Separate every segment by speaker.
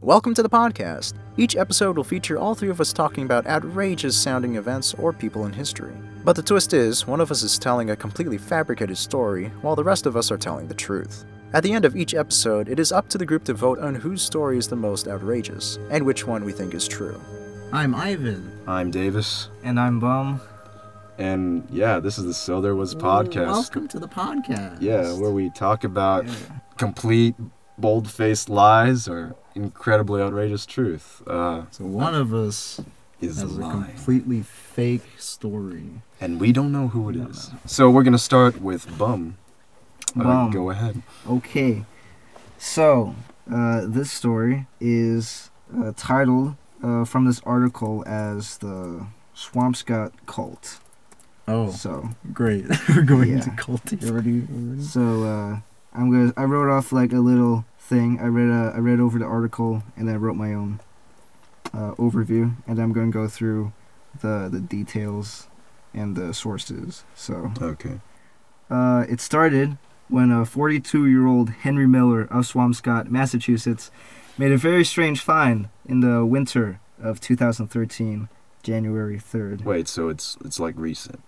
Speaker 1: Welcome to the podcast. Each episode will feature all three of us talking about outrageous sounding events or people in history. But the twist is, one of us is telling a completely fabricated story, while the rest of us are telling the truth. At the end of each episode, it is up to the group to vote on whose story is the most outrageous, and which one we think is true.
Speaker 2: I'm Ivan.
Speaker 3: I'm Davis,
Speaker 4: And I'm Bum.
Speaker 3: and yeah, this is the So There Was podcast.
Speaker 2: Welcome to the podcast.
Speaker 3: Yeah, where we talk about complete bold-faced lies or incredibly outrageous truth. Uh,
Speaker 2: so one of us
Speaker 3: is
Speaker 2: has a
Speaker 3: lying,
Speaker 2: completely fake story.
Speaker 3: and we don't know who it is. So we're gonna start with Bum. Uh,
Speaker 4: Bum.
Speaker 3: go ahead.
Speaker 4: Okay. So, uh, this story is uh, titled uh, from this article as the Swamp Scott Cult.
Speaker 2: Oh,
Speaker 4: So,
Speaker 2: great. We're going
Speaker 4: Yeah.
Speaker 2: to culty already. already?
Speaker 4: so uh, I'm gonna. I wrote off like a little thing. I read. Uh, I read over the article and then I wrote my own uh, overview. And I'm gonna go through the the details and the sources. So.
Speaker 3: Okay.
Speaker 4: Uh, it started when a 42 year old Henry Miller of Swampscott, Massachusetts, made a very strange find in the winter of 2013, January 3rd.
Speaker 3: Wait, so it's it's like recent.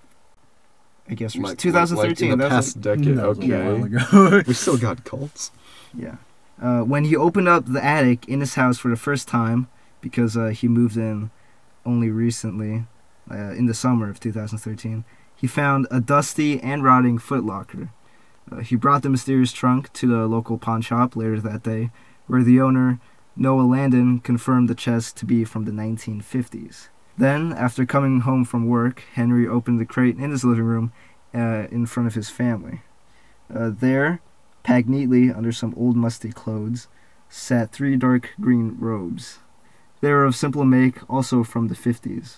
Speaker 4: I guess it
Speaker 3: Like-
Speaker 4: was
Speaker 3: like- like
Speaker 4: 2013.
Speaker 3: in the
Speaker 4: that's
Speaker 3: past decade.
Speaker 2: That was a while
Speaker 3: Okay.
Speaker 2: ago.
Speaker 3: We still got cults.
Speaker 4: yeah. Uh, when he opened up the attic in his house for the first time, because uh, he moved in only recently, uh, in the summer of 2013, he found a dusty and rotting footlocker. Uh, he brought the mysterious trunk to the local pawn shop later that day, where the owner, Noah Landon, confirmed the chest to be from the 1950s. Then, after coming home from work, Henry opened the crate in his living room uh, in front of his family. Uh, there, packed neatly under some old musty clothes, sat three dark green robes. They were of simple make, also from the 50s.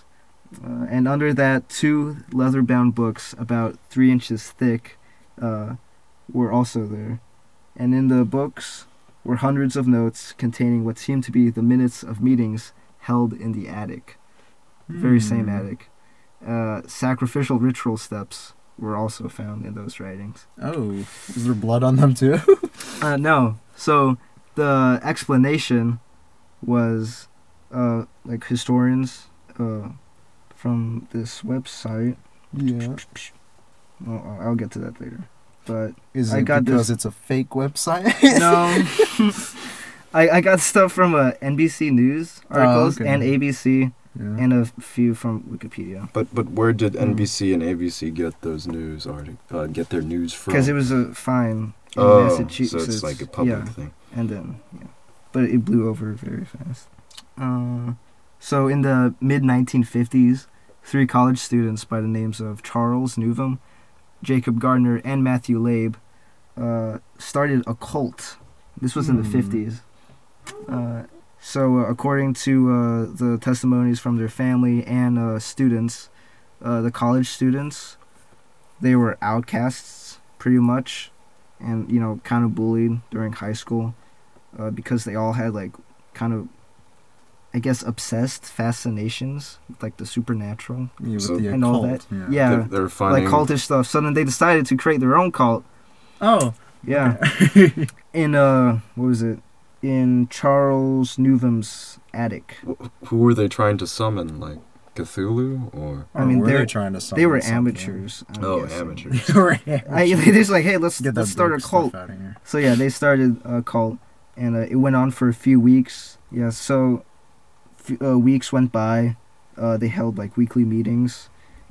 Speaker 4: Uh, and under that, two leather bound books about three inches thick uh, were also there. And in the books were hundreds of notes containing what seemed to be the minutes of meetings held in the attic. Very same
Speaker 2: Hmm.
Speaker 4: attic. Uh, sacrificial ritual steps were also found in those writings.
Speaker 2: Oh, is there blood on them too?
Speaker 4: Uh, no. So the explanation was uh, like historians uh, from this website.
Speaker 2: yeah.
Speaker 4: Well, I'll- I'll get to that later. But
Speaker 2: Is it
Speaker 4: I got this-
Speaker 2: because it's a fake website?
Speaker 4: no, I, I got stuff from uh, NBC News articles
Speaker 2: Oh, okay.
Speaker 4: and ABC
Speaker 2: yeah.
Speaker 4: and a few from Wikipedia
Speaker 3: But but where did NBC and ABC get those news artic- uh, get their news from?
Speaker 4: because it was a fine in
Speaker 3: oh,
Speaker 4: Massachusetts.
Speaker 3: so it's like a public
Speaker 4: yeah.
Speaker 3: thing.
Speaker 4: and then yeah, but it blew over very fast. Uh, so in the mid 1950s, three college students by the names of Charles Newham, Jacob Gardner, and Matthew Labe uh, started a cult. This was in the
Speaker 2: Hmm.
Speaker 4: 50s. Uh, so uh, according to uh, the testimonies from their family and uh, students, uh, the college students, they were outcasts pretty much and you know kind of bullied during high school uh, because they all had like kind of i guess obsessed fascinations with like the supernatural
Speaker 2: Yeah, with
Speaker 3: So-
Speaker 2: the
Speaker 4: and all
Speaker 2: occult,
Speaker 4: that
Speaker 2: Yeah.
Speaker 4: yeah,
Speaker 3: They're, they're finding
Speaker 4: like cultish stuff so then they decided to create their own cult
Speaker 2: Oh.
Speaker 4: yeah in uh what was it in charles newham's attic
Speaker 3: Wh- Who were they trying to summon? Like Cthulhu or?
Speaker 4: I
Speaker 2: Or
Speaker 4: mean,
Speaker 2: were they
Speaker 4: they're-
Speaker 2: trying to
Speaker 4: they were
Speaker 2: summon something?
Speaker 4: amateurs I'm
Speaker 3: Oh,
Speaker 4: guessing.
Speaker 3: amateur.
Speaker 2: they were
Speaker 4: I,
Speaker 2: amateurs.
Speaker 4: they're just like hey let's,
Speaker 2: Get that
Speaker 4: let's start a
Speaker 2: dope stuff
Speaker 4: cult
Speaker 2: out of here.
Speaker 4: So yeah, they started a cult, and uh, it went on for a few weeks. Yeah, so f- uh, weeks went by. Uh, they held like weekly meetings,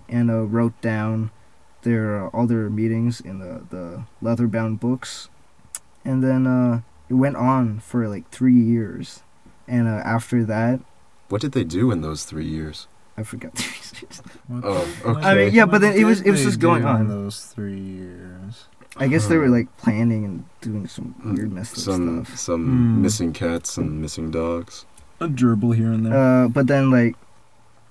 Speaker 4: and uh, wrote down their uh, all their meetings in the the leather bound books, and then uh, it went on for like three years, and uh, after that,
Speaker 3: What did they do in those three years?
Speaker 4: I forgot.
Speaker 2: What
Speaker 3: Oh,
Speaker 2: the-
Speaker 3: okay.
Speaker 4: I mean, yeah,
Speaker 2: what
Speaker 4: but then it
Speaker 2: did
Speaker 4: was- it was
Speaker 2: they
Speaker 4: just going
Speaker 2: do
Speaker 4: on.
Speaker 2: in those three years.
Speaker 4: I guess they were like planning and doing some weird messed up
Speaker 3: some
Speaker 4: stuff.
Speaker 3: some
Speaker 2: Hmm.
Speaker 3: missing cats and missing dogs.
Speaker 2: A gerbil here and there.
Speaker 4: Uh, but then like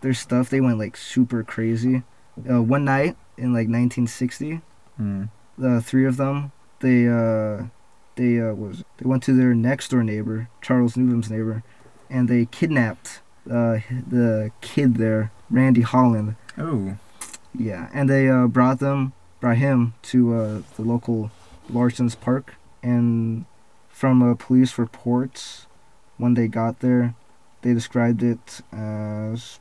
Speaker 4: their stuff, they went like super crazy. Uh, one night in like 1960,
Speaker 2: Hmm.
Speaker 4: the three of them, they uh, they uh, what was it? they went to their next door neighbor, Charles Newham's neighbor, and they kidnapped uh, the kid there, Randy Holland.
Speaker 2: Oh.
Speaker 4: Yeah, and they uh, brought them, brought him to uh, the local Larson's Park, and from uh, police reports, when they got there. They described it as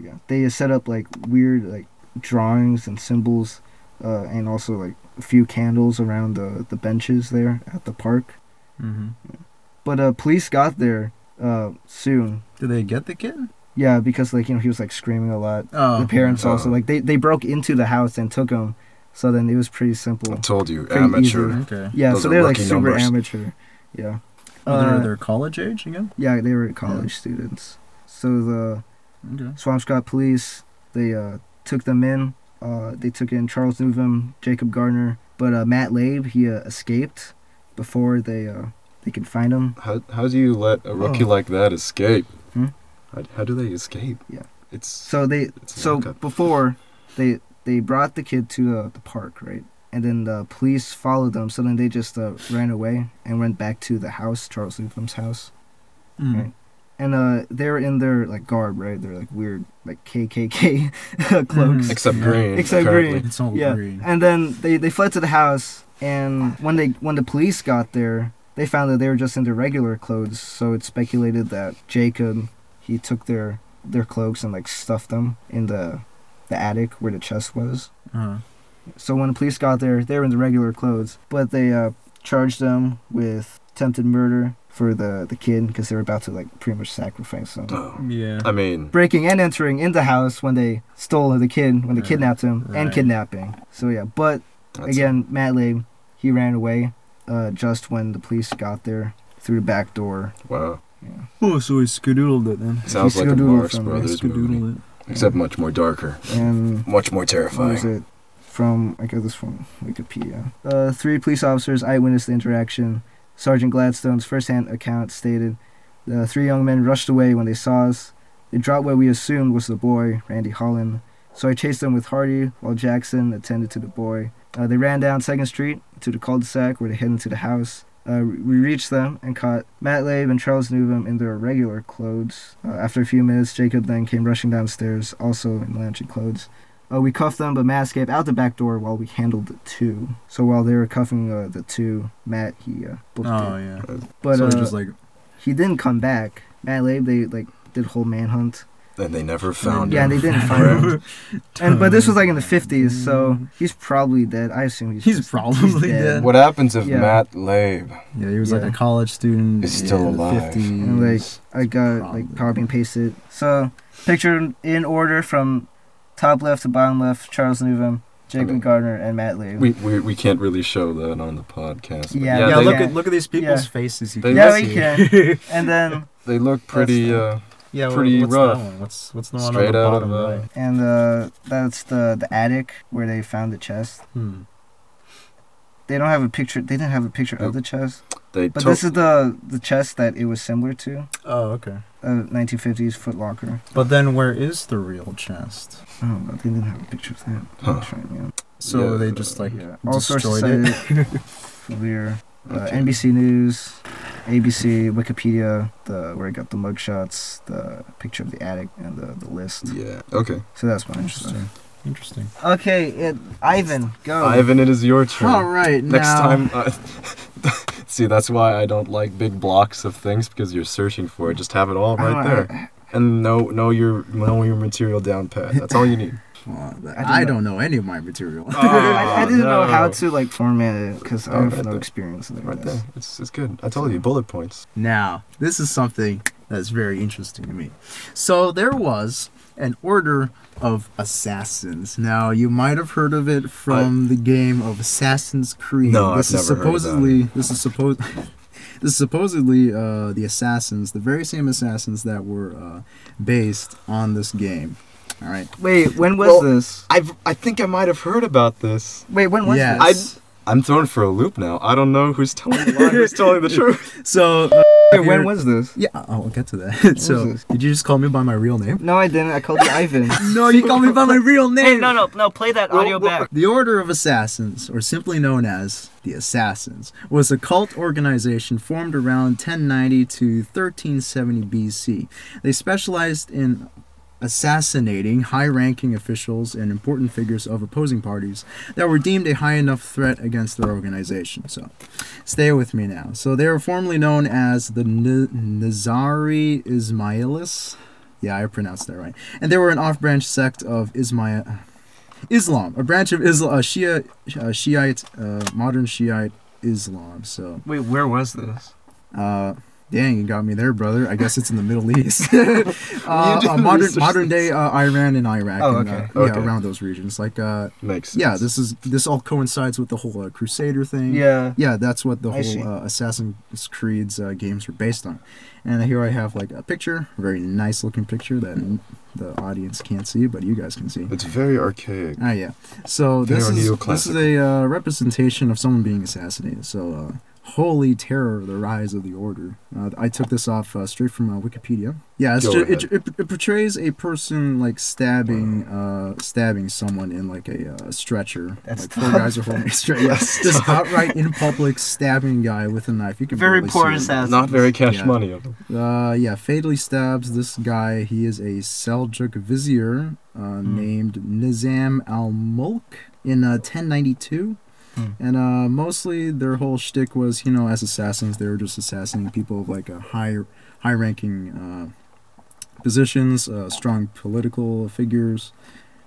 Speaker 4: yeah. They set up like weird like drawings and symbols, uh, and also like a few candles around the the benches there at the park.
Speaker 2: Mm-hmm.
Speaker 4: But uh, police got there uh, soon.
Speaker 2: Did they get the kid?
Speaker 4: Yeah, because like you know he was like screaming a lot.
Speaker 2: Oh,
Speaker 4: the parents
Speaker 3: oh.
Speaker 4: also like they they broke into the house and took him. So then it was pretty simple.
Speaker 3: I told you,
Speaker 4: Pretty
Speaker 3: amateur.
Speaker 4: easy.
Speaker 2: Okay.
Speaker 4: Yeah,
Speaker 3: Those
Speaker 4: so
Speaker 3: are
Speaker 4: they're like
Speaker 3: lucky
Speaker 4: super
Speaker 3: numbers.
Speaker 4: amateur. Yeah.
Speaker 2: Well,
Speaker 4: Uh,
Speaker 2: they're, they're college age again.
Speaker 4: yeah, they were college students. So the
Speaker 2: Okay.
Speaker 4: Swampscott police, they uh, took them in. Uh, they took in Charles Newham, Jacob Gardner, but uh, Matt Labe, he uh, escaped before they uh, they could find him.
Speaker 3: How, how do you let a rookie
Speaker 4: Oh.
Speaker 3: like that escape?
Speaker 4: Hmm?
Speaker 3: How, how do they escape?
Speaker 4: Yeah.
Speaker 3: It's
Speaker 4: So they
Speaker 3: It's a
Speaker 4: so
Speaker 3: lockup.
Speaker 4: before they they brought the kid to uh, the, the park, right? And then the police followed them. So then they just uh, ran away and went back to the house, Charles Newham's house.
Speaker 2: Mm.
Speaker 4: Right. And uh, they were in their like garb, right? They're like weird, like KKK cloaks.
Speaker 3: except
Speaker 2: Yeah.
Speaker 3: green.
Speaker 4: Except
Speaker 3: apparently.
Speaker 2: It's all
Speaker 4: Yeah.
Speaker 2: green.
Speaker 4: And then they, they fled to the house. And when they when the police got there, they found that they were just in their regular clothes. So it's speculated that Jacob he took their their cloaks and like stuffed them in the the attic where the chest was.
Speaker 2: Uh-huh.
Speaker 4: So when the police got there, they were in the regular clothes, but they uh, charged them with attempted murder for the the kid because they were about to like pretty much sacrifice him.
Speaker 3: Oh.
Speaker 2: Yeah.
Speaker 3: I mean,
Speaker 4: breaking and entering in the house when they stole the kid, when they
Speaker 2: Right,
Speaker 4: kidnapped him, and
Speaker 2: right.
Speaker 4: kidnapping. So yeah, but
Speaker 3: that's-
Speaker 4: again, Matt Labe, he ran away uh, just when the police got there through the back door.
Speaker 3: wow.
Speaker 2: Oh, so he skedoodled it then.
Speaker 3: Sounds like a
Speaker 4: Skedoodle
Speaker 3: Morris
Speaker 4: from-
Speaker 3: Brothers movie,
Speaker 2: Skedoodled it. Oh,
Speaker 3: except much more darker,
Speaker 4: And
Speaker 3: much more
Speaker 4: what was
Speaker 3: terrifying.
Speaker 4: it? From I got this from Wikipedia. Uh, three police officers eyewitnessed the interaction. Sergeant Gladstone's first-hand account stated, "The three young men rushed away when they saw us. They dropped what we assumed was the boy, Randy Holland. So I chased them with Hardy while Jackson attended to the boy. Uh, they ran down Second Street to the cul-de-sac where they headed to the house. Uh, we reached them and caught Matt Labe and Charles Newham in their regular clothes. Uh, after a few minutes, Jacob then came rushing downstairs, also in Lanchy clothes." Uh, we cuffed them, but Matt escaped out the back door while we handled the two. So while they were cuffing uh, the two, Matt he uh, booked
Speaker 2: Oh
Speaker 4: it.
Speaker 2: yeah.
Speaker 4: But
Speaker 2: so
Speaker 4: uh,
Speaker 2: it's just like
Speaker 4: he didn't come back. Matt Labe they like did a whole manhunt.
Speaker 3: And they never found
Speaker 4: yeah,
Speaker 3: him.
Speaker 4: and they didn't find him. And but this was like in the fifties, so he's probably dead. I assume he's
Speaker 2: He's
Speaker 4: just-
Speaker 2: probably dead.
Speaker 3: What happens if
Speaker 4: Yeah.
Speaker 3: Matt Labe?
Speaker 2: yeah, he was like
Speaker 4: Yeah.
Speaker 2: a college student.
Speaker 3: He's still
Speaker 2: in the
Speaker 3: alive.
Speaker 2: 50s.
Speaker 4: And, like, I got like
Speaker 2: Probably.
Speaker 4: copy and paste it. So picture in order from top left to bottom left: Charles Newham, Jacob
Speaker 3: mean-
Speaker 4: Gardner, and Matt Labe.
Speaker 3: We, we we can't really show that on the podcast. but
Speaker 4: Yeah,
Speaker 2: yeah,
Speaker 4: they-
Speaker 2: look
Speaker 4: yeah.
Speaker 2: at look at these people's
Speaker 4: Yeah.
Speaker 2: faces. You
Speaker 3: They
Speaker 4: yeah,
Speaker 3: look-
Speaker 4: we can. and then
Speaker 3: they look pretty.
Speaker 4: the-
Speaker 3: Uh,
Speaker 2: yeah, wha-
Speaker 3: pretty
Speaker 2: what's
Speaker 3: rough.
Speaker 2: That one? What's what's the one
Speaker 3: Straight
Speaker 2: on the
Speaker 3: out of,
Speaker 2: bottom
Speaker 3: uh,
Speaker 2: right?
Speaker 4: and uh, that's the the attic where they found the chest.
Speaker 2: Hmm.
Speaker 4: They don't have a picture. They didn't have a picture of the chest,
Speaker 3: they
Speaker 4: but
Speaker 3: took
Speaker 4: this is the the chest that it was similar to,
Speaker 2: Oh, okay.
Speaker 4: a 1950s Foot Locker.
Speaker 2: But then where is the real chest?
Speaker 4: I don't know. They didn't have a picture of that.
Speaker 3: Huh.
Speaker 4: That's right, yeah.
Speaker 2: So
Speaker 3: Yeah,
Speaker 2: they just like
Speaker 4: yeah. All sources
Speaker 2: destroyed
Speaker 4: cited Weir, uh,
Speaker 3: Okay.
Speaker 4: NBC News, ABC, Wikipedia, the where I got the mugshots, the picture of the attic, and the, the list.
Speaker 3: Yeah. Okay.
Speaker 4: So that's my interesting.
Speaker 2: interesting. Interesting.
Speaker 4: Okay, it, Ivan, go.
Speaker 3: Ivan, it is your turn.
Speaker 4: Oh,
Speaker 2: right.
Speaker 3: Next time. Uh, see, that's why I don't like big blocks of things because you're searching for it. Just have it all
Speaker 4: Oh,
Speaker 3: right
Speaker 4: I don't- I-
Speaker 3: there, and know know your know your material down pat. That's all you need.
Speaker 4: I don't
Speaker 2: know any of my material.
Speaker 4: I, I didn't know how
Speaker 3: Oh, no.
Speaker 4: to like format it because
Speaker 3: Oh,
Speaker 4: I have
Speaker 3: right
Speaker 4: no
Speaker 3: there.
Speaker 4: experience in
Speaker 3: Right
Speaker 4: right
Speaker 3: there. It's it's good. I told you bullet points.
Speaker 2: Now, this is something that's very interesting to me. So, there was an order of assassins. Now, you might have heard of it from the game of Assassin's Creed.
Speaker 3: No,
Speaker 2: this
Speaker 3: I've
Speaker 2: is
Speaker 3: never heard about
Speaker 2: supposedly this is supposed this is supposedly uh, the assassins, the very same assassins that were uh, based on this game. All right.
Speaker 4: Wait, when was
Speaker 3: Well-
Speaker 4: this?
Speaker 3: I've I think I might have heard about this.
Speaker 4: Wait, when was
Speaker 2: Yeah.
Speaker 4: this?
Speaker 3: I I'm thrown for a loop now. I don't know who's telling the lie, who's telling the truth.
Speaker 2: So, uh,
Speaker 4: Wait, when
Speaker 2: you're-
Speaker 4: was this?
Speaker 2: yeah, I'll get to that. so,
Speaker 4: this?
Speaker 2: did you just call me by my real name?
Speaker 4: No, I didn't. I called you Ivan.
Speaker 2: No, you called me by my real name.
Speaker 4: no, no. Play that audio back.
Speaker 2: The Order of Assassins, or simply known as the Assassins, was a cult organization formed around 1090 to 1370 BC. They specialized in assassinating high ranking officials and important figures of opposing parties that were deemed a high enough threat against their organization. So, stay with me now. So, they were formerly known as the N- Nizari Ismailis. Yeah, I pronounced that right. And they were an off branch sect of Ismail. Islam, a branch of Islam, uh, Shia, uh, Shiite, uh, modern Shiite Islam. So,
Speaker 4: Wait, where was this?
Speaker 2: uh, dang, you got me there, brother. I guess it's in the Middle East. uh, uh, modern modern day uh, Iran and Iraq.
Speaker 4: Oh,
Speaker 2: and, uh,
Speaker 4: okay.
Speaker 2: yeah,
Speaker 3: Okay.
Speaker 2: around those regions. Like, uh,
Speaker 3: Makes sense.
Speaker 2: yeah, this is this all coincides with the whole uh, Crusader thing.
Speaker 4: Yeah.
Speaker 2: Yeah, that's what the
Speaker 4: I see.
Speaker 2: whole uh, Assassin's Creed's uh, games were based on. And here I have like a picture, very nice looking picture that the audience can't see, but you guys can see.
Speaker 3: It's very archaic.
Speaker 2: Ah, yeah. So
Speaker 3: They
Speaker 2: this
Speaker 3: are
Speaker 2: is, this is a uh, representation of someone being assassinated. So, uh, holy terror, the rise of the order. Uh, I took this off uh, straight from uh, Wikipedia. Yeah, it's
Speaker 3: Go
Speaker 2: ju- it,
Speaker 3: ahead.
Speaker 2: it, it portrays a person like stabbing, uh, stabbing someone in like a uh, stretcher.
Speaker 4: That's
Speaker 2: like four guys are holding a stretcher. Yeah, just outright in public stabbing guy with a knife. You can
Speaker 4: Very
Speaker 2: barely
Speaker 4: poor
Speaker 2: see him.
Speaker 4: assassin.
Speaker 3: Not very cash
Speaker 2: Yeah.
Speaker 3: money of them.
Speaker 2: Uh, yeah, fatally stabs this guy. He is a Seljuk vizier uh, named Nizam al Mulk in uh, 1092.
Speaker 4: Hmm.
Speaker 2: And uh, mostly their whole shtick was, you know, as assassins, they were just assassinating people of like a high, high-ranking uh, positions, uh, strong political figures,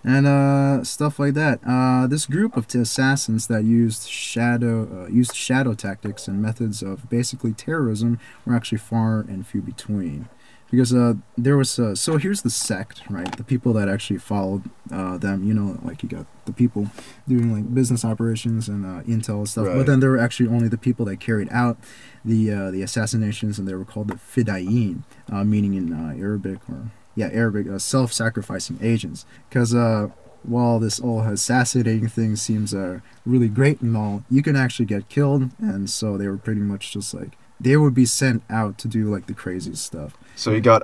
Speaker 2: and uh, stuff like that. Uh, this group of t- assassins that used shadow, uh, used shadow tactics and methods of basically terrorism were actually far and few between. Because uh, there was uh, so here's the sect right the people that actually followed uh, them you know like you got the people doing like business operations and uh, intel and stuff but
Speaker 3: Right.
Speaker 2: then there were actually only the people that carried out the uh, the assassinations and they were called the fidayeen uh, meaning in uh, Arabic or yeah Arabic uh, self-sacrificing agents because uh, while this all assassinating thing seems uh, really great and all you can actually get killed and so they were pretty much just like they would be sent out to do like the craziest stuff.
Speaker 3: So you got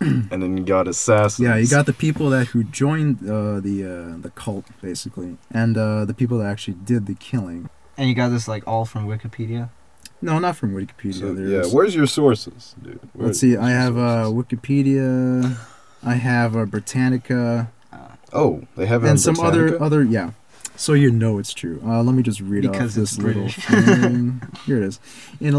Speaker 3: and then you got assassins.
Speaker 2: Yeah, you got the people that who joined uh, the uh, the cult basically, and uh, the people that actually did the killing.
Speaker 4: And you got this like all from Wikipedia.
Speaker 2: No, not from Wikipedia.
Speaker 3: So, yeah,
Speaker 2: there's-
Speaker 3: where's your sources, dude? Where
Speaker 2: let's
Speaker 3: are
Speaker 2: see.
Speaker 3: your
Speaker 2: I have uh,
Speaker 3: sources?
Speaker 2: Wikipedia. I have uh, Britannica
Speaker 3: oh, they have it on
Speaker 2: uh, and some
Speaker 3: Britannica?
Speaker 2: other other yeah. So you know it's true. Uh, let me just read off
Speaker 4: Because
Speaker 2: this
Speaker 4: it's
Speaker 2: little
Speaker 4: British.
Speaker 2: thing. Here it is. In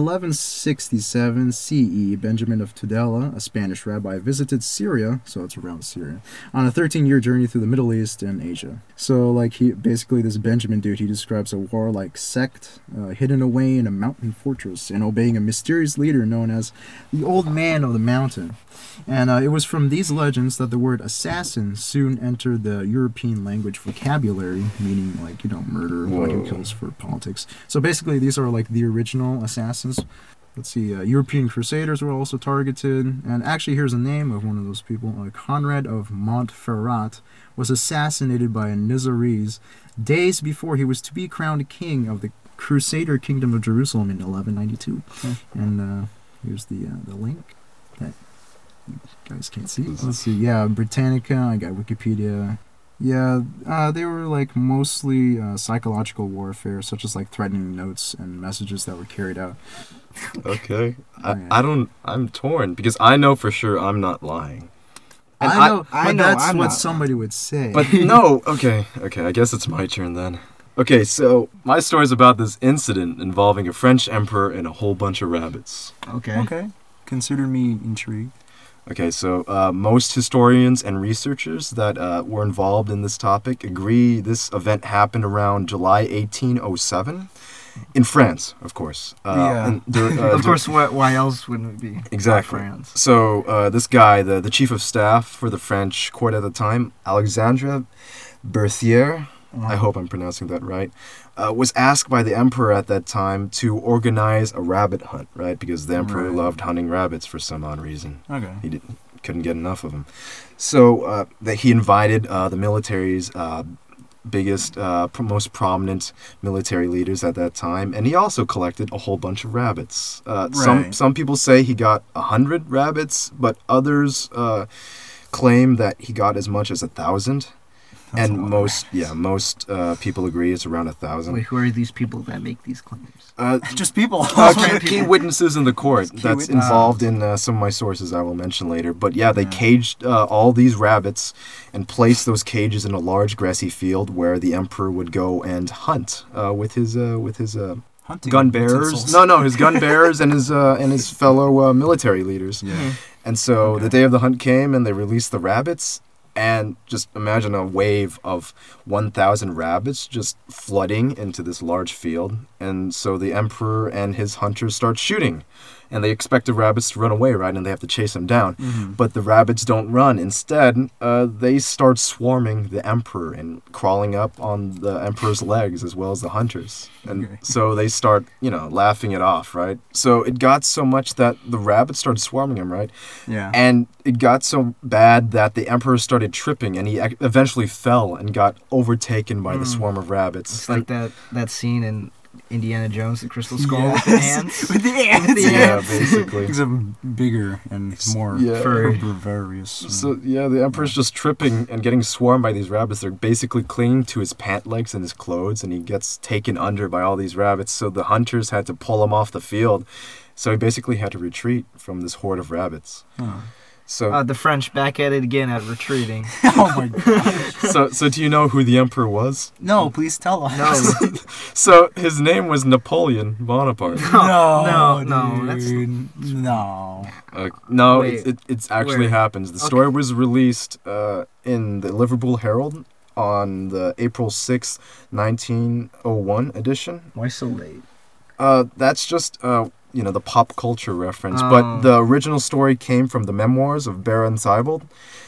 Speaker 2: 1167 CE, E, Benjamin of Tudela, a Spanish rabbi, visited Syria, so it's around Syria, on a 13-year journey through the Middle East and Asia. So like he basically this Benjamin dude, he describes a warlike sect uh, hidden away in a mountain fortress and obeying a mysterious leader known as the Old Man of the Mountain. And uh, it was from these legends that the word assassin soon entered the European language vocabulary, meaning like you know murder,
Speaker 3: Whoa.
Speaker 2: fucking kills for politics. So basically, these are like the original assassins. Let's see, uh, European Crusaders were also targeted. And actually, here's a name of one of those people. Uh, Conrad of Montferrat was assassinated by a Nizarese days before he was to be crowned king of the Crusader Kingdom of Jerusalem in 1192. And uh, here's the uh, the link that you guys can't see.
Speaker 3: Uh-huh.
Speaker 2: Let's see, yeah, Britannica. I got Wikipedia. Yeah, uh, they were like mostly uh, psychological warfare, such as like threatening notes and messages that were carried out.
Speaker 3: Okay. I,
Speaker 2: Yeah.
Speaker 3: I don't. I'm torn because I know for sure I'm not lying. And
Speaker 2: I
Speaker 3: I-
Speaker 2: know,
Speaker 4: I
Speaker 2: but
Speaker 4: know
Speaker 2: that's
Speaker 4: I'm
Speaker 2: what
Speaker 4: not.
Speaker 2: somebody would say.
Speaker 3: But no. Okay. Okay. I guess it's my turn then. Okay. So my story's about this incident involving a French emperor and a whole bunch of rabbits.
Speaker 4: Okay.
Speaker 1: Okay. Consider me intrigued.
Speaker 3: Okay, so uh, most historians and researchers that uh, were involved in this topic agree this event happened around July 1807 in France, of course. Uh,
Speaker 4: Yeah.
Speaker 3: and there- uh, there-
Speaker 4: Of course, why, why else wouldn't it be?
Speaker 3: Exactly.
Speaker 4: France.
Speaker 3: So uh, this guy, the, the chief of staff for the French court at the time, Alexandre Berthier, I hope I'm pronouncing that right, uh, was asked by the emperor at that time to organize a rabbit hunt, right? Because the emperor
Speaker 1: Right.
Speaker 3: loved hunting rabbits for some odd reason.
Speaker 1: Okay.
Speaker 3: He didn't, couldn't get enough of them. So uh, that he invited uh, the military's uh, biggest, uh, pr- most prominent military leaders at that time, and he also collected a whole bunch of rabbits. Uh, Some
Speaker 1: Right.
Speaker 3: some people say he got a hundred rabbits, but others uh, claim that he got as much as a thousand.
Speaker 2: That's a
Speaker 3: and
Speaker 2: lot.
Speaker 3: most yeah most uh, people agree it's around a thousand.
Speaker 4: Wait, who are these people that make these claims?
Speaker 3: Uh,
Speaker 1: Just people.
Speaker 3: uh, key, key witnesses in the court
Speaker 1: Key
Speaker 3: that's
Speaker 1: witnesses.
Speaker 3: involved in uh, some of my sources I will mention later. But yeah, they caged uh, all these rabbits and placed those cages in a large grassy field where the emperor would go and hunt uh, with his uh, with his uh,
Speaker 1: Hunting
Speaker 3: gun bearers.
Speaker 1: utensils.
Speaker 3: No, no, his gun bearers and his uh, and his fellow uh, military leaders.
Speaker 1: Yeah.
Speaker 3: And so the day of the hunt came, and they released the rabbits. And just imagine a wave of 1,000 rabbits just flooding into this large field. And so the emperor and his hunters start shooting. And they expect the rabbits to run away, right? And they have to chase them down.
Speaker 1: Mm-hmm.
Speaker 3: But the rabbits don't run. Instead, uh, they start swarming the emperor and crawling up on the emperor's legs as well as the hunters. And
Speaker 1: Okay.
Speaker 3: so they start, you know, laughing it off, right? So it got so much that the rabbits started swarming him, right?
Speaker 2: Yeah.
Speaker 3: And it got so bad that the emperor started tripping and he ac- eventually fell and got overtaken by the swarm of rabbits.
Speaker 4: Hmm. It's like that that scene in Indiana Jones, the Crystal Skull,
Speaker 1: Yes.
Speaker 4: with the ants.
Speaker 1: With the ants.
Speaker 4: the
Speaker 3: yeah,
Speaker 4: ants.
Speaker 3: basically.
Speaker 1: Things are bigger and more
Speaker 3: yeah.
Speaker 4: Furry.
Speaker 1: gregarious. and-
Speaker 3: So yeah, the emperor's just tripping and getting swarmed by these rabbits. They're basically clinging to his pant legs and his clothes, and he gets taken under by all these rabbits. So the hunters had to pull him off the field. So he basically had to retreat from this horde of rabbits.
Speaker 1: Huh.
Speaker 3: So
Speaker 4: Uh, the French back at it again at retreating.
Speaker 1: oh my god.
Speaker 3: so so do you know who the emperor was?
Speaker 1: No, please tell us.
Speaker 4: No,
Speaker 3: So his name was Napoleon Bonaparte.
Speaker 1: No,
Speaker 4: No, no,
Speaker 1: dude.
Speaker 4: that's-
Speaker 1: no.
Speaker 3: Uh, no,
Speaker 4: Wait,
Speaker 3: it, it, it's actually
Speaker 4: where?
Speaker 3: happens. The
Speaker 4: Okay.
Speaker 3: story was released uh, in the Liverpool Herald on the April sixth, nineteen 1901 edition.
Speaker 2: Why so late?
Speaker 3: Uh, that's just uh, you know the pop culture reference,
Speaker 4: Oh.
Speaker 3: but the original story came from the memoirs of Baron Thibault,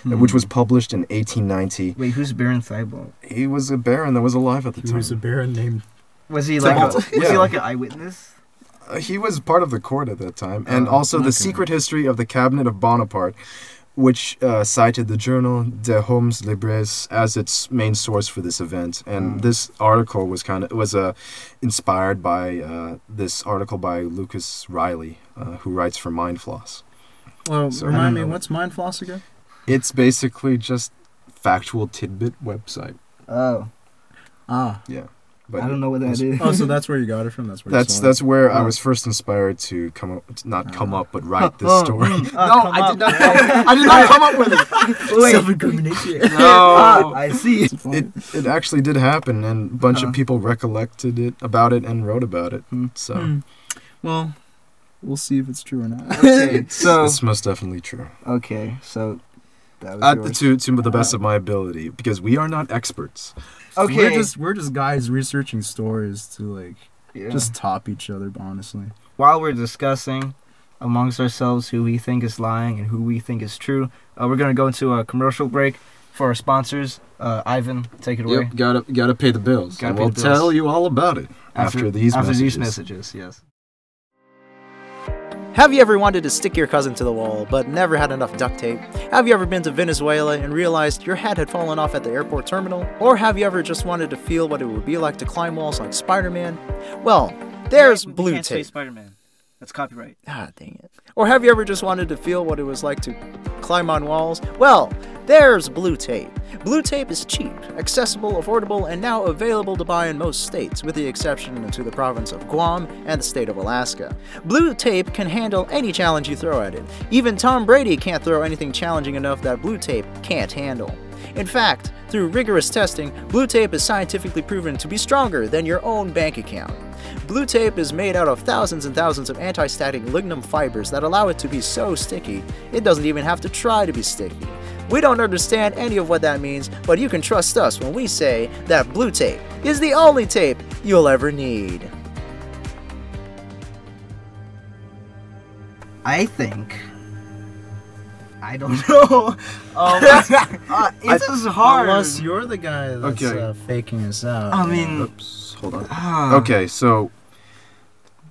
Speaker 4: Hmm.
Speaker 3: uh which was published in 1890.
Speaker 4: wait, who's Baron Thibault?
Speaker 3: He was a baron that was alive at the
Speaker 2: He
Speaker 3: time.
Speaker 2: was a baron named.
Speaker 4: Was he like a, was
Speaker 3: Thibault?
Speaker 4: he
Speaker 3: Yeah.
Speaker 4: like an eyewitness?
Speaker 3: Uh, he was part of the court at that time, and
Speaker 4: Oh,
Speaker 3: also
Speaker 1: okay.
Speaker 3: the secret history of the cabinet of Bonaparte, which uh, cited the journal de Hommes Libres as its main source for this event. And
Speaker 4: Hmm.
Speaker 1: Mm.
Speaker 3: this article was kind of was uh, inspired by uh, this article by Lucas Riley, uh, who writes for Mindfloss.
Speaker 2: Well,
Speaker 3: So-
Speaker 2: remind me,
Speaker 1: I don't know.
Speaker 2: what's mind floss again?
Speaker 3: It's basically just factual tidbit website,
Speaker 4: Oh,
Speaker 2: Ah,
Speaker 3: but
Speaker 4: I don't know what that is.
Speaker 2: oh, so that's where you got it from. That's where.
Speaker 3: that's
Speaker 2: you saw it.
Speaker 3: that's where I
Speaker 2: Oh.
Speaker 3: was first inspired to come up,
Speaker 4: Ah.
Speaker 3: not come up, but write
Speaker 4: Oh,
Speaker 3: this story.
Speaker 4: Oh,
Speaker 3: no,
Speaker 4: come
Speaker 3: I
Speaker 4: up.
Speaker 3: did not. Come, I did not come up with it.
Speaker 2: Self-incrimination.
Speaker 4: Ah, I see.
Speaker 3: it it actually did happen, and a bunch
Speaker 4: Huh.
Speaker 3: of people recollected it about it and wrote about it.
Speaker 4: Hmm.
Speaker 3: So
Speaker 2: Hmm. Well, we'll see if it's true or not.
Speaker 4: Okay, so
Speaker 3: it's most definitely true.
Speaker 4: okay, so that was
Speaker 3: At the,
Speaker 4: yours.
Speaker 3: to to the best of my ability, because we are not experts.
Speaker 4: okay,
Speaker 2: We're just we're just guys researching stories to like
Speaker 4: yeah.
Speaker 2: just top each other. Honestly.
Speaker 4: while we're discussing amongst ourselves who we think is lying and who we think is true, uh, we're gonna go into a commercial break for our sponsors. Uh, Ivan, take it away.
Speaker 3: gotta gotta pay the bills.
Speaker 4: Gotta
Speaker 3: and
Speaker 4: pay
Speaker 3: we'll
Speaker 4: the bills.
Speaker 3: tell you all about it after, these
Speaker 4: after
Speaker 3: messages.
Speaker 4: these messages, yes.
Speaker 1: Have you ever wanted to stick your cousin to the wall but never had enough duct tape? Have you ever been to Venezuela and realized your hat had fallen off at the airport terminal? Or have you ever just wanted to feel what it would be like to climb walls like Spider Man? Well, there's blue tape.
Speaker 4: Spider-Man. That's copyright.
Speaker 1: Ah, dang it. Or have you ever just wanted to feel what it was like to climb on walls? Well, there's Blue Tape. Blue Tape is cheap, accessible, affordable, and now available to buy in most states, with the exception to the province of Guam and the state of Alaska. Blue Tape can handle any challenge you throw at it. Even Tom Brady can't throw anything challenging enough that Blue Tape can't handle. In fact, through rigorous testing, blue tape is scientifically proven to be stronger than your own bank account. Blue tape is made out of thousands and thousands of anti static lignum fibers that allow it to be so sticky, it doesn't even have to try to be sticky. We don't understand any of what that means, but you can trust us when we say that blue tape is the only tape you'll ever need.
Speaker 4: I think. I don't know. Um, uh, it's as hard.
Speaker 2: Unless you're the guy that's
Speaker 3: Okay.
Speaker 2: uh, faking us out.
Speaker 4: I mean,
Speaker 3: Oops, hold on.
Speaker 4: uh,
Speaker 3: Okay, so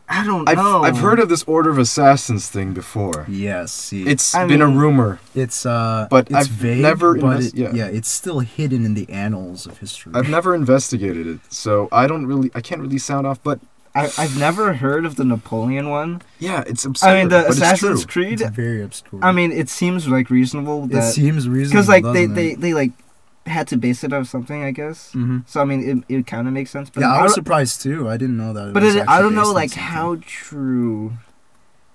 Speaker 4: I don't
Speaker 3: I've
Speaker 4: know.
Speaker 3: I've heard of this Order of Assassins thing before.
Speaker 2: Yes. See,
Speaker 3: It's
Speaker 4: I
Speaker 3: been
Speaker 4: mean-
Speaker 3: a rumor.
Speaker 2: it's uh,
Speaker 3: but
Speaker 2: it's
Speaker 3: I've
Speaker 2: vague,
Speaker 3: never
Speaker 2: but
Speaker 3: invest-
Speaker 2: it-
Speaker 3: yeah.
Speaker 2: it's still hidden in the annals of history.
Speaker 3: I've never investigated it, so I don't really I can't really sound off. But
Speaker 4: I, I've never heard of the Napoleon one.
Speaker 3: yeah, it's absurd.
Speaker 4: I mean, the
Speaker 3: but it's true.
Speaker 4: Assassin's Creed.
Speaker 2: it's very obscure.
Speaker 4: I mean, it seems like reasonable
Speaker 2: it
Speaker 4: that
Speaker 2: seems reasonable
Speaker 4: because like they,
Speaker 2: doesn't
Speaker 4: they
Speaker 2: it?
Speaker 4: they like had to base it off something, I guess.
Speaker 2: Mm-hmm.
Speaker 4: So I mean, it, it kind of makes sense. But
Speaker 2: yeah,
Speaker 4: I
Speaker 2: I was
Speaker 4: don't-
Speaker 2: surprised too. I didn't know that.
Speaker 4: but
Speaker 2: was
Speaker 4: it, I
Speaker 2: actually
Speaker 4: don't
Speaker 2: based
Speaker 4: know
Speaker 2: on
Speaker 4: like
Speaker 2: something.
Speaker 4: how true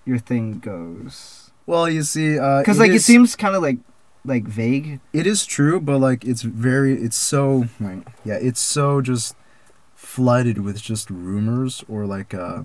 Speaker 4: your thing goes.
Speaker 2: Well, you see, uh, because
Speaker 4: Because like it seems kind of like like vague.
Speaker 2: it is true, but like it's very, it's so like yeah, it's so just flooded with just rumors or like uh,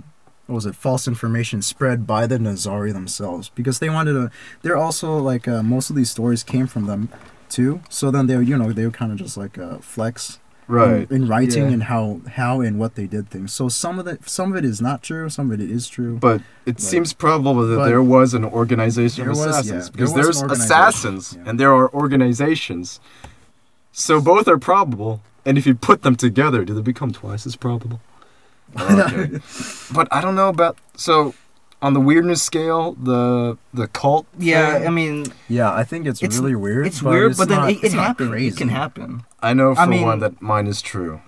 Speaker 2: what was it, false information spread by the Nazari themselves because they wanted to. They're also like uh, most of these stories came from them too. So then they, would, you know, they would kind of just like uh, flex
Speaker 3: Right.
Speaker 2: in, in writing
Speaker 4: Yeah.
Speaker 2: and how how and what they did things. So some of the some of it is not true, some of it is true.
Speaker 3: But it
Speaker 2: Right.
Speaker 3: seems probable that
Speaker 2: But-
Speaker 3: there was an organization
Speaker 2: There
Speaker 3: of
Speaker 2: was, yeah,
Speaker 3: assassins
Speaker 2: there
Speaker 3: because
Speaker 2: was an
Speaker 3: there's
Speaker 2: organization,
Speaker 3: assassins
Speaker 2: yeah.
Speaker 3: and there are organizations. So both are probable, and if you put them together, do they become twice as probable? Okay. but I don't know about so on the weirdness scale, the the cult.
Speaker 4: Yeah,
Speaker 3: thing,
Speaker 4: I mean,
Speaker 2: Yeah, I think it's,
Speaker 4: It's-
Speaker 2: really weird.
Speaker 4: it's weird, but then
Speaker 2: not-
Speaker 4: it, it
Speaker 2: it's not
Speaker 4: happens. It
Speaker 2: crazy.
Speaker 4: can happen.
Speaker 3: I know for
Speaker 4: I mean-
Speaker 3: one that mine is true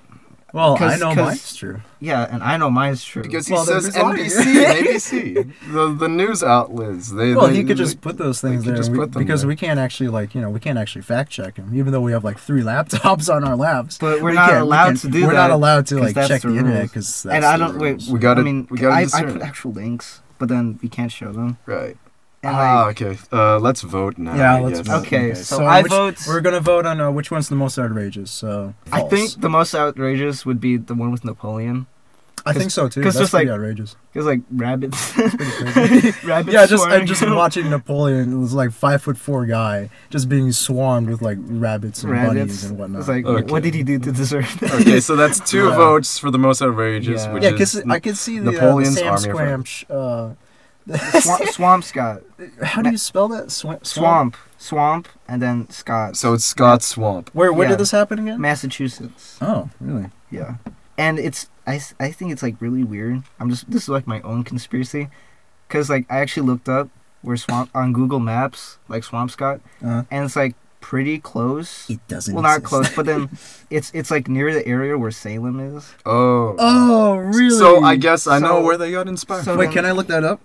Speaker 2: Well, I
Speaker 4: 'Cause-
Speaker 2: know
Speaker 4: 'cause-
Speaker 2: mine's true.
Speaker 4: Yeah, and I know mine's true.
Speaker 3: because he
Speaker 2: Well, they're
Speaker 3: says
Speaker 2: just
Speaker 3: NBC, ABC, the the news outlets. They
Speaker 2: Well,
Speaker 3: they,
Speaker 2: he could
Speaker 3: they-
Speaker 2: just put those things
Speaker 3: could
Speaker 2: there
Speaker 3: just
Speaker 2: we-
Speaker 3: put them
Speaker 2: because
Speaker 3: there.
Speaker 2: we can't actually like you know we can't actually fact check him, even though we have like three laptops on our laps.
Speaker 4: but we're
Speaker 2: We
Speaker 4: not
Speaker 2: can't- we
Speaker 4: allowed
Speaker 2: can't-
Speaker 4: to do that.
Speaker 2: We're not allowed to
Speaker 4: 'cause
Speaker 2: like
Speaker 4: that's
Speaker 2: check
Speaker 4: the
Speaker 2: the, internet
Speaker 4: rules.
Speaker 2: because
Speaker 4: and I don't wait.
Speaker 3: We gotta-
Speaker 4: I mean,
Speaker 3: we gotta
Speaker 4: I, I
Speaker 3: discern
Speaker 4: put
Speaker 3: it.
Speaker 4: actual links, but then we can't show them.
Speaker 3: right.
Speaker 4: And
Speaker 2: Oh,
Speaker 3: ah,
Speaker 4: like,
Speaker 3: okay. Uh, let's vote now.
Speaker 2: Yeah,
Speaker 3: I
Speaker 2: let's
Speaker 3: guess.
Speaker 2: vote.
Speaker 4: okay,
Speaker 2: okay,
Speaker 4: so,
Speaker 2: so
Speaker 4: I
Speaker 2: which-
Speaker 4: vote.
Speaker 2: We're gonna vote on uh, which one's the most outrageous. So
Speaker 4: I
Speaker 2: false.
Speaker 4: think the most outrageous would be the one with Napoleon.
Speaker 2: I think so too.
Speaker 4: 'cause
Speaker 2: That's
Speaker 4: just,
Speaker 2: pretty
Speaker 4: like-
Speaker 2: outrageous.
Speaker 4: It was like rabbits.
Speaker 2: crazy.
Speaker 4: rabbits.
Speaker 2: Yeah, just
Speaker 4: swarming
Speaker 2: and just
Speaker 4: him.
Speaker 2: watching Napoleon it was like five foot four guy just being swarmed with like rabbits and bunnies
Speaker 4: rabbits.
Speaker 2: and
Speaker 4: It
Speaker 2: whatnot.
Speaker 4: was like,
Speaker 3: Okay.
Speaker 4: what did he do to deserve that?
Speaker 3: Okay, so that's two
Speaker 2: Yeah.
Speaker 3: votes for the most outrageous,
Speaker 4: Yeah.
Speaker 3: which
Speaker 2: yeah,
Speaker 3: is
Speaker 2: because I could see the, uh, the
Speaker 3: Napoleon's
Speaker 2: Sam
Speaker 3: army of
Speaker 2: Squamch. Uh,
Speaker 4: Swamp, Swamp Scott.
Speaker 2: how do you spell that? Swam-
Speaker 4: Swamp. Swamp, and then Scott.
Speaker 3: so it's Scott Swamp.
Speaker 2: Where where
Speaker 4: Yeah.
Speaker 2: did this happen again?
Speaker 4: Massachusetts.
Speaker 2: Oh, really?
Speaker 4: Yeah. And it's I, s- I think it's like really weird. I'm just this is like my own conspiracy, cause like I actually looked up where swamp on Google Maps like Swamp Scott,
Speaker 2: Uh-huh.
Speaker 4: and it's like pretty close.
Speaker 2: It doesn't.
Speaker 4: Well, not close, but then it's it's like near the area where Salem is.
Speaker 3: Oh.
Speaker 2: Oh, really?
Speaker 3: So I guess I know
Speaker 4: So-
Speaker 3: where they got inspired.
Speaker 4: so-
Speaker 2: Wait, can I look that up?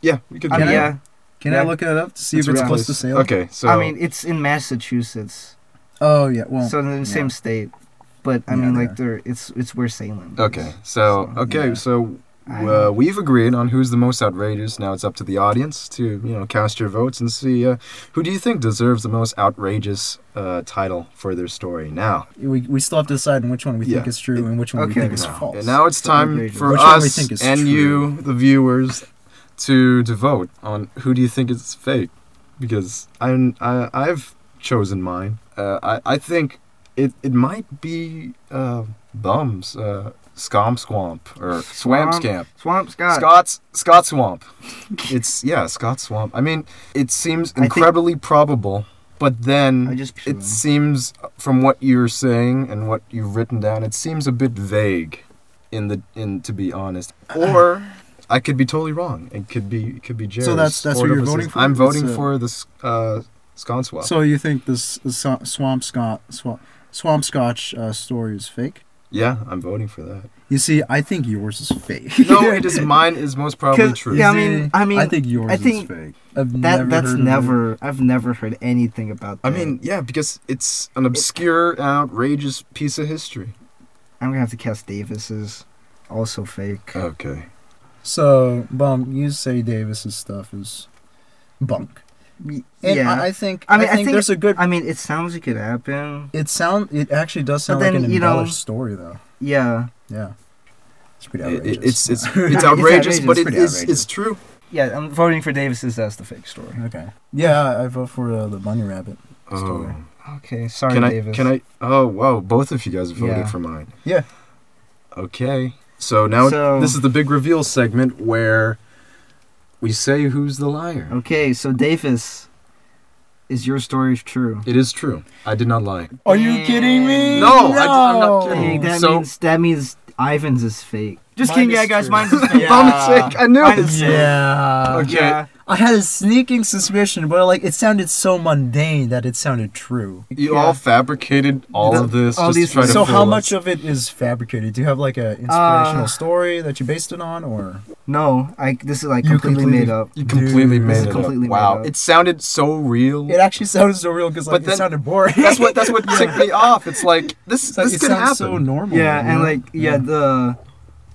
Speaker 3: yeah, we could.
Speaker 4: I
Speaker 3: do
Speaker 2: Can
Speaker 4: mean,
Speaker 3: that.
Speaker 4: yeah.
Speaker 2: Can
Speaker 4: Yeah.
Speaker 2: I look that up to see
Speaker 3: That's
Speaker 2: if it's
Speaker 3: really
Speaker 2: close to Salem?
Speaker 3: Okay, so
Speaker 4: I mean, it's in Massachusetts,
Speaker 2: Oh yeah. Well,
Speaker 4: so in the same state. But I
Speaker 2: Yeah,
Speaker 4: mean,
Speaker 2: yeah.
Speaker 4: like there, it's it's where Salem. is.
Speaker 3: okay, so
Speaker 4: So,
Speaker 3: okay,
Speaker 2: yeah.
Speaker 3: so
Speaker 4: I
Speaker 3: uh,
Speaker 4: don't-
Speaker 3: we've agreed on who's the most outrageous. Now it's up to the audience to you know cast your votes and see uh, who do you think deserves the most outrageous uh, title for their story. Now,
Speaker 2: we, we still have to decide on which one we
Speaker 3: Yeah.
Speaker 2: think is true and which one we
Speaker 4: Okay.
Speaker 2: think is
Speaker 3: now,
Speaker 2: false.
Speaker 3: and now it's
Speaker 4: So
Speaker 3: time
Speaker 4: outrageous.
Speaker 3: for
Speaker 2: Which one we
Speaker 3: us
Speaker 2: think is
Speaker 3: and
Speaker 2: true?
Speaker 3: you, the viewers, to to vote on who do you think is fake, because I I I've chosen mine. Uh, I I think it it might be uh, bums. Uh, Scom Swamp or Swam
Speaker 4: Swamp.
Speaker 3: Scamp.
Speaker 4: Swamp Scott.
Speaker 3: Scott's Scott Swamp. It's yeah, Scott Swamp. I mean, it seems
Speaker 4: think-
Speaker 3: incredibly probable, but then
Speaker 4: I just
Speaker 3: it seems from what you're saying and what you've written down, it seems a bit vague in the in to be honest.
Speaker 2: Uh-huh.
Speaker 3: Or I could be totally wrong. It could be it could be Jerry.
Speaker 2: that's- that's what you're voting for?
Speaker 3: I'm voting
Speaker 2: It's a-
Speaker 3: for the s- uh Scott Swamp.
Speaker 2: So you think this uh, Swa- swamp scot swamp swamp scotch uh, story is fake?
Speaker 3: yeah, I'm voting for that.
Speaker 2: You see, I think yours is fake.
Speaker 3: No, it is mine is most probably
Speaker 4: 'Cause-
Speaker 3: true.
Speaker 4: yeah, I
Speaker 2: You
Speaker 4: mean-
Speaker 2: see,
Speaker 4: I mean-
Speaker 2: I think yours
Speaker 4: I think
Speaker 2: is fake. I've
Speaker 4: That
Speaker 2: never
Speaker 4: that's
Speaker 2: heard of it.
Speaker 4: never. I've never heard anything about. That.
Speaker 3: I mean, yeah, because it's an obscure, outrageous piece of history.
Speaker 4: I'm gonna have to cast Davis's, also fake.
Speaker 2: Uh,
Speaker 3: Okay.
Speaker 2: So, bum, you say Davis's stuff is bunk.
Speaker 4: Y-
Speaker 2: And
Speaker 4: yeah,
Speaker 2: I, I think
Speaker 4: I
Speaker 2: I,
Speaker 4: mean, I
Speaker 2: think,
Speaker 4: think-
Speaker 2: there's a good.
Speaker 4: I mean, it sounds like it happened.
Speaker 2: it sound it actually does sound
Speaker 4: then,
Speaker 2: like an
Speaker 4: you know-
Speaker 2: embellished story though.
Speaker 4: Yeah,
Speaker 2: Yeah, it's pretty
Speaker 3: It-
Speaker 2: outrageous.
Speaker 3: it- it's it's
Speaker 4: It's
Speaker 3: it's outrageous, but
Speaker 4: outrageous,
Speaker 3: it
Speaker 2: pretty
Speaker 3: is
Speaker 2: outrageous.
Speaker 3: it's true.
Speaker 4: yeah. I'm voting for Davis's. That's the fake story.
Speaker 2: okay. Yeah, I vote for uh, the bunny rabbit. Story.
Speaker 4: Okay, sorry,
Speaker 3: Can I?
Speaker 4: Davis.
Speaker 3: Can I? Oh wow! Both of you guys voted
Speaker 4: Yeah.
Speaker 3: for mine.
Speaker 2: Yeah.
Speaker 3: Okay. So now
Speaker 4: So-
Speaker 3: this is the big reveal segment where we say who's the liar.
Speaker 4: Okay, so Davis, is your story true?
Speaker 3: It is true. I did not lie.
Speaker 2: Are you kidding me?
Speaker 3: No, I- I'm not kidding.
Speaker 4: Dang, that
Speaker 3: So-
Speaker 4: means that means Ivan's is fake. Just
Speaker 2: Mine
Speaker 4: kidding,
Speaker 2: is
Speaker 4: yeah, guys.
Speaker 2: true.
Speaker 4: Mine's his
Speaker 5: Yeah.
Speaker 4: name.
Speaker 5: Bumchick,
Speaker 3: I knew
Speaker 4: Mine is-
Speaker 2: Yeah.
Speaker 3: Okay.
Speaker 4: Yeah.
Speaker 2: I had a sneaking suspicion, but like it sounded so mundane that it sounded true.
Speaker 3: You
Speaker 4: Yeah.
Speaker 3: all fabricated all
Speaker 4: The-
Speaker 3: of this
Speaker 4: all
Speaker 3: just
Speaker 4: these-
Speaker 3: to try to
Speaker 2: So
Speaker 3: fool
Speaker 2: how
Speaker 3: us.
Speaker 2: much of it is fabricated? Do you have like an inspirational
Speaker 4: Uh,
Speaker 2: story that you based it on, or
Speaker 4: No, I. This is like
Speaker 2: You
Speaker 4: completely,
Speaker 2: completely-
Speaker 4: made up.
Speaker 3: You completely
Speaker 2: Dude.
Speaker 3: made
Speaker 2: This
Speaker 4: is
Speaker 3: it
Speaker 4: completely
Speaker 3: up.
Speaker 4: made
Speaker 3: Wow,
Speaker 4: up.
Speaker 3: it sounded so real.
Speaker 2: it actually sounded so real because like
Speaker 3: But
Speaker 2: it
Speaker 3: then-
Speaker 2: sounded boring.
Speaker 3: that's what that's what ticked me off. It's like this
Speaker 2: It's like,
Speaker 3: this
Speaker 2: it
Speaker 3: could
Speaker 2: sounds
Speaker 3: happen.
Speaker 2: so normal.
Speaker 4: Yeah,
Speaker 2: you
Speaker 4: and
Speaker 2: know?
Speaker 4: like yeah, the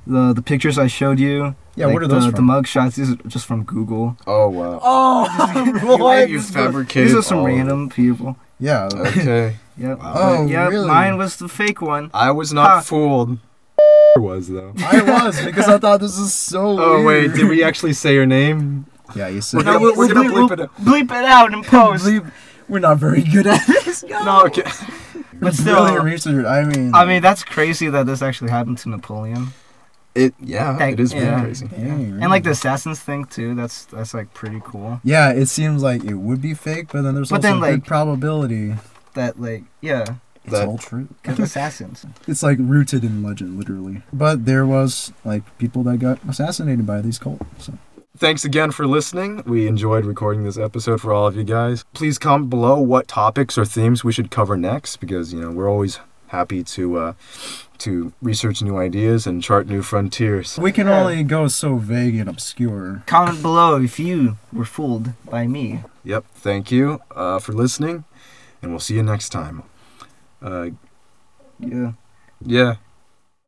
Speaker 4: the the pictures I showed you.
Speaker 2: yeah,
Speaker 4: like,
Speaker 2: what are those
Speaker 4: the,
Speaker 2: from?
Speaker 4: The mug shots. These are just from Google.
Speaker 3: oh wow.
Speaker 2: oh,
Speaker 3: You-
Speaker 2: what?
Speaker 3: you fabricated.
Speaker 4: These are some
Speaker 3: all of it.
Speaker 4: random people.
Speaker 2: yeah.
Speaker 3: Okay,
Speaker 4: Yep.
Speaker 3: Wow.
Speaker 2: Oh,
Speaker 4: yep.
Speaker 2: really?
Speaker 4: Mine was the fake one.
Speaker 3: I was not
Speaker 4: Ha.
Speaker 3: fooled. was though.
Speaker 2: I was because I thought this is so.
Speaker 3: Oh wait,
Speaker 2: weird.
Speaker 3: did we actually say your name?
Speaker 2: Yeah, you said.
Speaker 3: We're gonna,
Speaker 4: we'll-
Speaker 3: we're gonna
Speaker 4: we'll-
Speaker 3: bleep it. Out.
Speaker 4: Bleep it out in post.
Speaker 2: Bleep, we're not very good at this.
Speaker 3: No, okay.
Speaker 4: but still,
Speaker 2: really research. I mean,
Speaker 4: I mean, that's crazy that this actually happened to Napoleon.
Speaker 3: It yeah,
Speaker 4: Like,
Speaker 3: it is
Speaker 4: yeah.
Speaker 3: pretty crazy.
Speaker 2: dang,
Speaker 4: And like the
Speaker 2: really.
Speaker 4: assassins thing too. That's that's like pretty cool.
Speaker 2: Yeah, it seems like it would be fake, but then there's
Speaker 4: But
Speaker 2: also
Speaker 4: then,
Speaker 2: a big
Speaker 4: like-
Speaker 2: probability
Speaker 4: That like yeah,
Speaker 2: it's
Speaker 3: That-
Speaker 2: all true.
Speaker 4: cause assassins.
Speaker 2: It's like rooted in legend, literally. But there was like people that got assassinated by these cults. So.
Speaker 3: Thanks again for listening. We enjoyed recording this episode for all of you guys. Please comment below what topics or themes we should cover next because, you know, we're always happy to uh, to research new ideas and chart new frontiers.
Speaker 2: We can
Speaker 4: Yeah.
Speaker 2: only go so vague and obscure.
Speaker 4: Comment below if you were fooled by me.
Speaker 3: Yep, thank you uh, for listening, and we'll see you next time. Uh,
Speaker 4: Yeah.
Speaker 3: yeah.